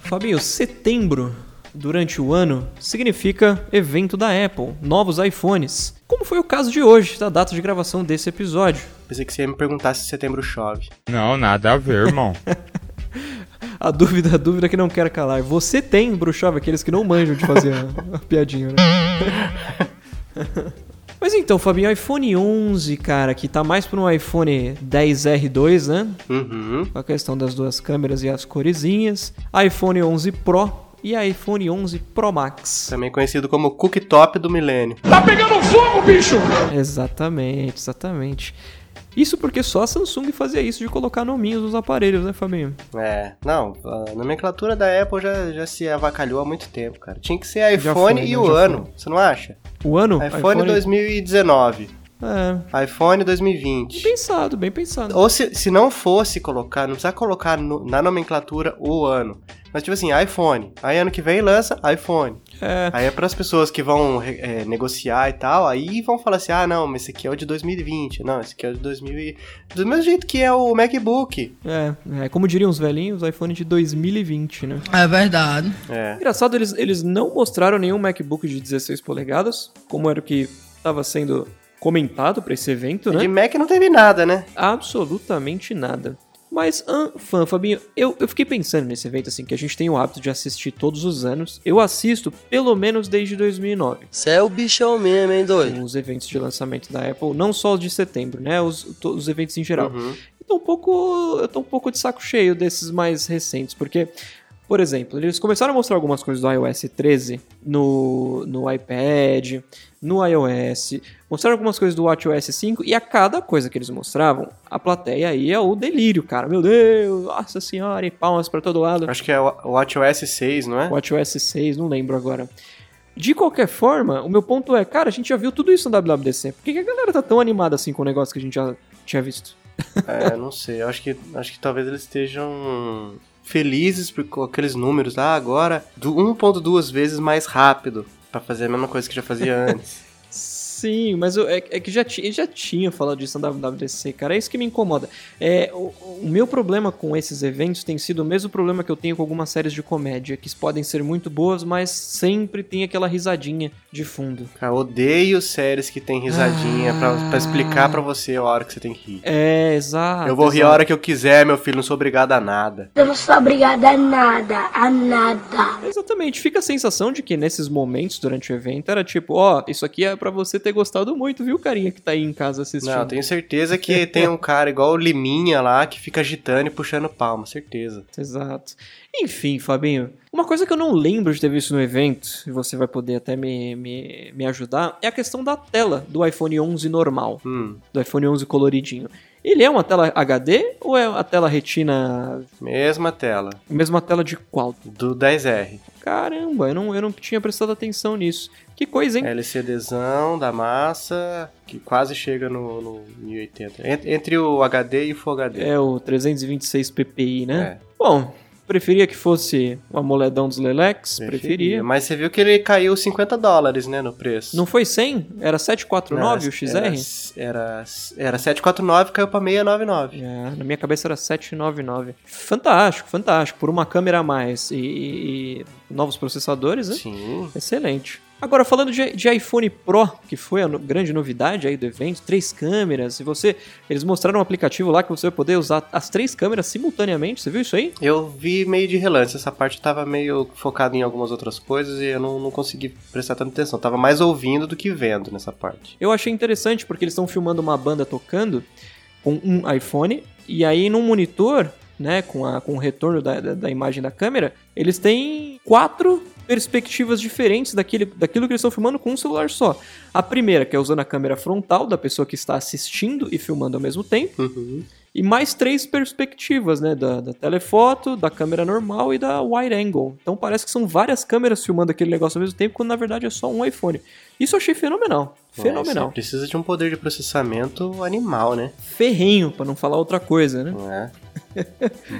Fabinho, setembro durante o ano significa evento da Apple, novos iPhones. Como foi o caso de hoje, da data de gravação desse episódio? Pensei que você ia me perguntar se setembro chove. Não, nada a ver, irmão. A dúvida, a dúvida é que não quero calar. Você tem, Bruxova, aqueles que não manjam de fazer a, a piadinha, né? Mas então, Fabinho, iPhone 11, cara, que tá mais pra um iPhone 10R2, né? Uhum. Com a questão das duas câmeras e as coresinhas. iPhone 11 Pro e iPhone 11 Pro Max. Também conhecido como cooktop do milênio. Exatamente, exatamente. Isso porque só a Samsung fazia isso de colocar nominhos nos aparelhos, né, Fabinho? É, não, a nomenclatura da Apple já, já se avacalhou há muito tempo, cara. Tinha que ser iPhone foi, e né, o já ano, você não acha? O ano? iPhone, 2019, É, iPhone 2020. pensado, bem pensado. Ou se, se não fosse colocar, não precisa colocar no- na nomenclatura o ano. Mas tipo assim, iPhone. Aí ano que vem lança iPhone. É, Aí é pras pessoas que vão re- é, negociar e tal, aí vão falar assim, ah não, mas esse aqui é o de 2020, não, esse aqui é o de 2000 e... Do mesmo jeito que é o MacBook. é, é, como diriam os velhinhos, iPhone de 2020, né? É verdade. É, Engraçado, eles, eles não mostraram nenhum MacBook de 16 polegadas, como era o que estava sendo comentado pra esse evento, E né? de Mac não teve nada, né? absolutamente nada. Mas, ahn, fã, Fabinho, eu, eu fiquei pensando nesse evento, assim, que a gente tem o hábito de assistir todos os anos. Eu assisto pelo menos desde 2009. Cê é o bichão mesmo, hein, doido? Os eventos de lançamento da Apple, não só os de setembro, né? Os, to- os eventos em geral. Uhum. Eu tô um pouco, eu tô um pouco de saco cheio desses mais recentes, porque, por exemplo, eles começaram a mostrar algumas coisas do iOS 13 no, no iPad, no iOS, mostraram algumas coisas do WatchOS 5 e a cada coisa que eles mostravam, a plateia ia o delírio, cara. Meu Deus, nossa senhora, e palmas pra todo lado. Acho que é o o WatchOS 6, não é? WatchOS 6, não lembro agora. De qualquer forma, o meu ponto é, cara, a gente já viu tudo isso no WWDC. Por que que a galera tá tão animada assim com o negócio que a gente já tinha visto? É, não sei, eu acho que, acho que talvez eles estejam felizes por- com aqueles números lá agora, do 1.2 vezes mais rápido, pra fazer a mesma coisa que já fazia antes. Sim, mas eu- é, é que já, ti- eu já tinha falado disso na WWDC, cara. É isso que me incomoda. É, o, o meu problema com esses eventos tem sido o mesmo problema que eu tenho com algumas séries de comédia, que podem ser muito boas, mas sempre tem aquela risadinha de fundo. Cara, odeio séries que tem risadinha pra, pra explicar pra você a hora que você tem que rir. É, exato. eu vou rir a exato. hora que eu quiser, meu filho, não sou obrigado a nada. Eu não sou obrigada a nada, a nada. Exatamente, fica a sensação de que nesses momentos durante o evento era tipo, ó, isso aqui é pra você ter gostado muito, viu, carinha que tá aí em casa assistindo. Não, eu tenho certeza que tem um cara igual o Liminha lá que fica agitando e puxando palma, certeza. Exato. Enfim, Fabinho, uma coisa que eu não lembro de ter visto no evento, e você vai poder até me, me, me ajudar, é a questão da tela do iPhone 11 normal, Hum, do iPhone 11 coloridinho. Ele é uma tela HD ou é a tela retina, mesma tela, mesma tela de qual? do 10R. Caramba, eu não, eu não tinha prestado atenção nisso. Que coisa, hein? É. LCDzão da massa, que quase chega no, no 1080. Ent- Entre o HD e o Full HD. É o 326 ppi, né? É. Bom, preferia que fosse o amoledão dos Lelex, preferia. Mas você viu que ele caiu 50 dólares, né, no preço. Não foi 100? Era 749 Não, o XR? Era, era, era 749, caiu pra 699. É, na minha cabeça era 799. Fantástico, fantástico. Por uma câmera a mais e, e- e novos processadores, né? Sim. Excelente. Agora, falando de, de iPhone Pro, que foi a no- grande novidade aí do evento, três câmeras, e você. Eles mostraram um aplicativo lá que você vai poder usar as três câmeras simultaneamente, você viu isso aí? Eu vi meio de relance, essa parte eu tava meio focado em algumas outras coisas e eu não, não consegui prestar tanta atenção. Eu Tava mais ouvindo do que vendo nessa parte. Eu achei interessante porque eles estão filmando uma banda tocando com um iPhone e aí num monitor, né, com, a, com o retorno da, da, da imagem da câmera, eles têm quatro perspectivas diferentes daquele, daquilo que eles estão filmando com um celular só. A primeira, que é usando a câmera frontal da pessoa que está assistindo e filmando ao mesmo tempo, Uhum. e mais três perspectivas, né, da, da telefoto, da câmera normal e da wide angle. Então parece que são várias câmeras filmando aquele negócio ao mesmo tempo, quando na verdade é só um iPhone. Isso eu achei fenomenal, fenomenal. Nossa, precisa de um poder de processamento animal, né? ferrenho, pra não falar outra coisa, né? Não é?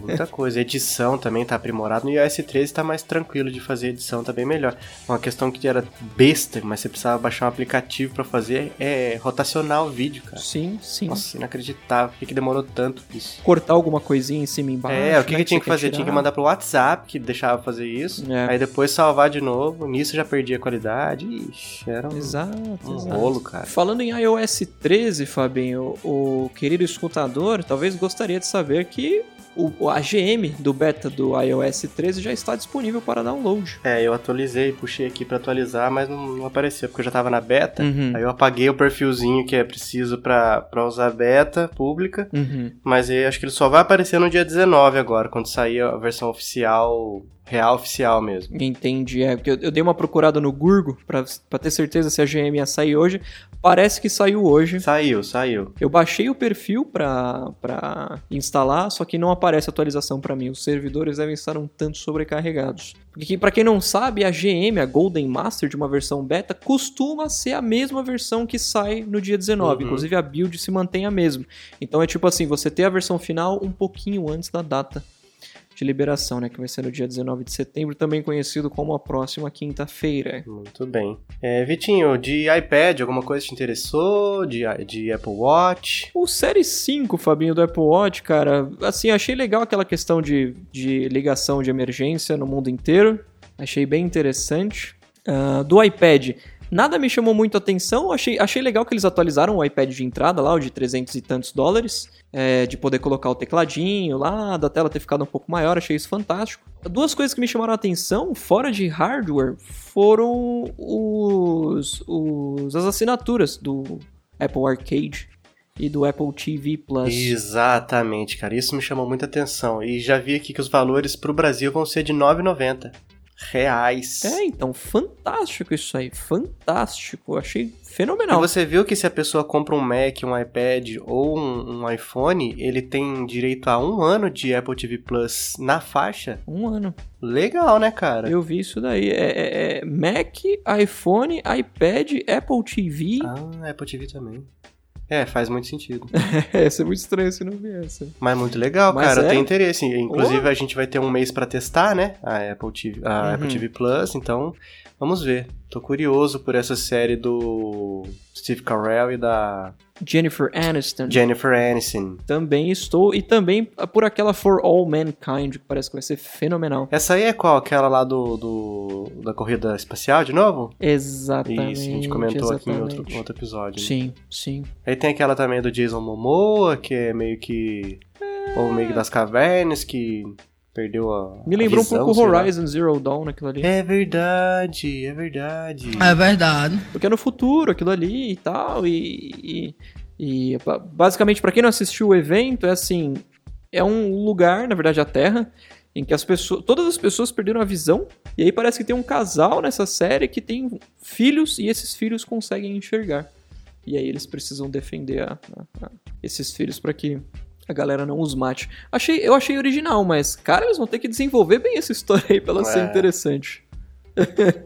Muita coisa. Edição também tá aprimorado. No iOS 13 tá mais tranquilo de fazer edição, tá bem melhor. Uma questão que era besta, mas você precisava baixar um aplicativo pra fazer, é rotacionar o vídeo, cara. Sim, sim. É. Nossa, inacreditável. Por que, que demorou tanto isso? Cortar alguma coisinha em cima e embaixo. É, o que, né, você que tinha que quer fazer? Tinha que tirar. mandar pro WhatsApp, que deixava fazer isso. É. Aí depois salvar de novo. Nisso já perdia a qualidade. Ixi, era um, Exato, um exato. rolo, cara. Falando em iOS 13, Fabinho, o querido escutador talvez gostaria de saber que o, a GM do beta do iOS 13 já está disponível para download. É, eu atualizei, puxei aqui pra atualizar, mas não, não apareceu, porque eu já tava na beta. Uhum. Aí eu apaguei o perfilzinho que é preciso pra, pra usar beta pública. Uhum. Mas aí acho que ele só vai aparecer no dia 19 agora, quando sair a versão oficial, real oficial mesmo. Entendi, é, porque eu, eu dei uma procurada no Gurgo para ter certeza se a GM ia sair hoje. Parece que saiu hoje. Saiu, saiu. Eu baixei o perfil pra, pra instalar, só que não aparece atualização pra mim. Os servidores devem estar um tanto sobrecarregados. Porque que- pra quem não sabe, a GM, a Golden Master de uma versão beta, costuma ser a mesma versão que sai no dia 19. Uhum. Inclusive a build se mantém a mesma. Então é tipo assim, você ter a versão final um pouquinho antes da data de liberação, né? Que vai ser no dia 19 de setembro, também conhecido como a próxima quinta-feira. Muito bem. É, Vitinho, de iPad, alguma coisa te interessou? De, i- de Apple Watch? O Série 5, Fabinho, do Apple Watch, cara, assim, achei legal aquela questão de, de ligação de emergência no mundo inteiro. Achei bem interessante. Ah, do iPad, nada me chamou muito a atenção. Achei, achei legal que eles atualizaram o iPad de entrada lá, o de 300 e tantos dólares. é, de poder colocar o tecladinho lá, da tela ter ficado um pouco maior, achei isso fantástico. Duas coisas que me chamaram a atenção, fora de hardware, foram os, os- as assinaturas do Apple Arcade e do Apple TV Plus. Exatamente, cara. Isso me chamou muita atenção. E já vi aqui que os valores pro Brasil vão ser de R$ 9,90. Reais. É, então, fantástico isso aí, fantástico. Achei E fenomenal. você viu que se a pessoa compra um Mac, um iPad ou um, um iPhone, ele tem direito a um ano de Apple TV Plus na faixa? Um ano. Legal, né, cara? Eu vi isso daí. É, é- é Mac, iPhone, iPad, Apple TV. Ah, Apple TV também. É, faz muito sentido. É, isso é muito estranho se não viesse. Mas muito legal, Mas cara. é? Eu tenho interesse. Inclusive, a gente vai ter um mês pra testar, né? A Apple TV, a Uhum. Apple TV Plus. Então, vamos ver. Tô curioso por essa série do Steve Carell e da Jennifer Aniston. Jennifer Aniston. também estou. E também ah, por aquela For All Mankind, que parece que vai ser fenomenal. Essa aí é qual? Aquela lá do, do da corrida espacial, de novo? Exatamente. Isso, a gente comentou aqui em outro, exatamente. outro episódio. né? Sim, sim. Aí tem aquela também do Jason Momoa, que é meio que. Ou meio que das cavernas, que perdeu a. Me a lembrou visão, um pouco sei lá. Horizon Zero Dawn naquilo ali. É verdade, é verdade. verdade. Porque é no futuro aquilo ali e tal. E, e, e ba- basicamente, pra quem não assistiu o evento, é assim: é um lugar, na verdade, a Terra, em que as pessoas, todas as pessoas perderam a visão. E aí parece que tem um casal nessa série que tem filhos e esses filhos conseguem enxergar. E aí eles precisam defender a- a- a- esses filhos pra que a galera não os mate. Achei, eu achei original, mas, cara, eles vão ter que desenvolver bem essa história aí pra ela ser É. interessante.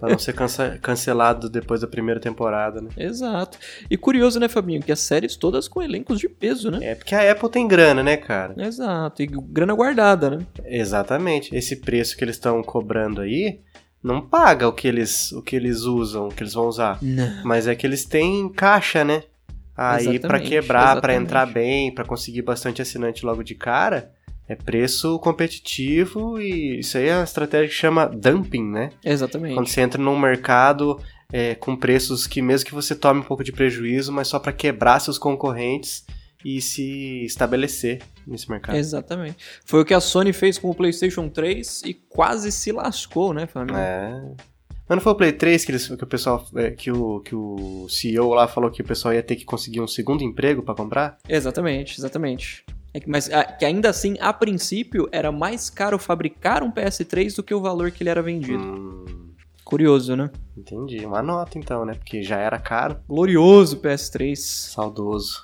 Pra não ser cansa- cancelado depois da primeira temporada, né? Exato. E curioso, né, Fabinho, que as séries todas com elencos de peso, né? É porque a Apple tem grana, né, cara? Exato. E grana guardada, né? Exatamente. Esse preço que eles estão cobrando aí não paga o que eles o que eles usam, o que eles vão usar. Não. Mas é que eles têm caixa, né? Aí pra Exatamente, quebrar, pra exatamente. entrar bem, pra conseguir bastante assinante logo de cara, é preço competitivo e isso aí é uma estratégia que chama dumping, né? Quando Exatamente. você entra num mercado é, com preços que mesmo que você tome um pouco de prejuízo, mas só pra quebrar seus concorrentes e se estabelecer nesse mercado. Exatamente. Foi o que a Sony fez com o PlayStation 3 e quase se lascou, né, Fabinho? É. Mas não foi o Play 3 que, eles, que o pessoal é, que o, que o CEO lá falou que o pessoal ia ter que conseguir um segundo emprego pra comprar? Exatamente, exatamente. É que- mas ah, que ainda assim, a princípio, era mais caro fabricar um PS3 do que o valor que ele era vendido. Hum, Curioso, né? entendi. Uma nota então, né? Porque já era caro. Glorioso PS3. Saudoso.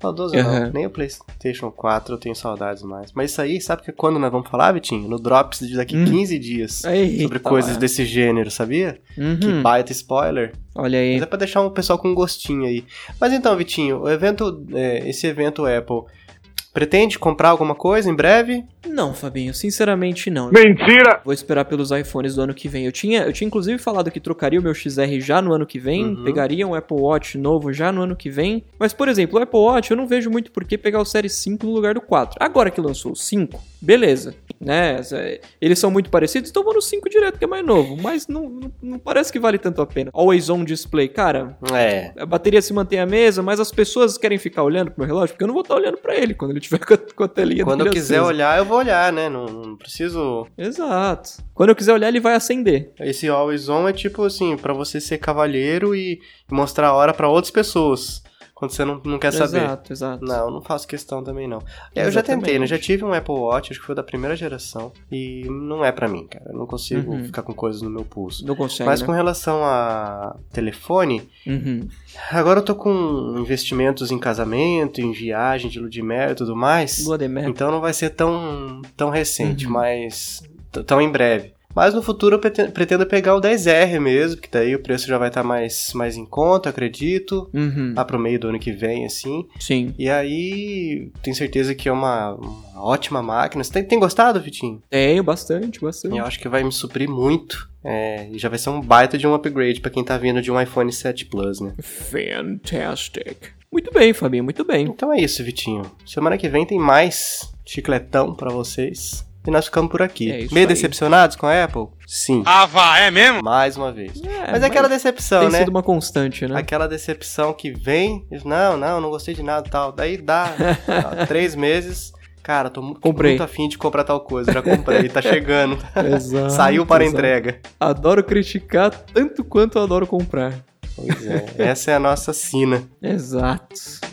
Saudoso Aham. não. Nem o PlayStation 4 eu tenho saudades mais. Mas isso aí, sabe que é quando nós vamos falar, Vitinho? No Drops de daqui Hum. 15 dias. Eita, sobre coisas tá lá. desse gênero, sabia? Que Uhum. baita spoiler. Olha aí. Mas é pra deixar o pessoal com um gostinho aí. Mas então, Vitinho, o evento, é, esse evento Apple Pretende comprar alguma coisa em breve? Não, Fabinho, sinceramente não. Mentira! Vou esperar pelos iPhones do ano que vem. Eu tinha, eu tinha inclusive falado que trocaria o meu XR já no ano que vem, Uhum. pegaria um Apple Watch novo já no ano que vem. Mas, por exemplo, o Apple Watch eu não vejo muito por que pegar o Série 5 no lugar do 4. Agora que lançou o 5, beleza. Né? Zé, Eles são muito parecidos, então vou no 5 direto, que é mais novo. Mas não, não, não parece que vale tanto a pena. Always on display, cara. É. A bateria se mantém a mesma, mas as pessoas querem ficar olhando pro meu relógio, porque eu não vou estar olhando pra ele quando ele tiver com a, com a telinha Quando eu dele quiser acesa. olhar, eu vou olhar, né? Não, não preciso. Exato. Quando eu quiser olhar, ele vai acender. Esse always on é tipo assim, pra você ser cavalheiro e mostrar a hora pra outras pessoas. Quando você não, não quer saber. Exato, exato. Não, não faço questão também não. É, eu já tentei, né? Exatamente. Já tive um Apple Watch, acho que foi da primeira geração. E não é pra mim, cara. Eu não consigo Uhum. ficar com coisas no meu pulso. Não consegue, Mas né? com relação a telefone, Uhum. Agora eu tô com investimentos em casamento, em viagem de lua de mel e tudo mais. Lua de mel. Então não vai ser tão, tão recente, Uhum. mas t- tão em breve. Mas no futuro eu preten- pretendo pegar o 10R mesmo, que daí o preço já vai estar mais, mais em conta, acredito. Uhum. Lá pro meio do ano que vem, assim. Sim. E aí, tenho certeza que é uma, uma ótima máquina. Você tem, tem gostado, Vitinho? Tenho bastante, bastante. Eu acho que vai me suprir muito. É, e já vai ser um baita de um upgrade pra quem tá vindo de um iPhone 7 Plus, né? Fantastic. Muito bem, Fabinho, muito bem. Então é isso, Vitinho. Semana que vem tem mais chicletão pra vocês. E nós ficamos por aqui. É isso Meio aí. decepcionados com a Apple? Sim. Ah, vá, é mesmo? Mais uma vez. É, mas é aquela decepção, Tem né? sido uma constante, né? Aquela decepção que vem, diz, não, não, não gostei de nada e tal. Daí dá ó, três meses. Cara, tô mu- Comprei. muito afim de comprar tal coisa. Já comprei, tá chegando. Exato, Saiu para exato. entrega. Adoro criticar tanto quanto eu adoro comprar. Pois é. Essa é a nossa sina. Exato.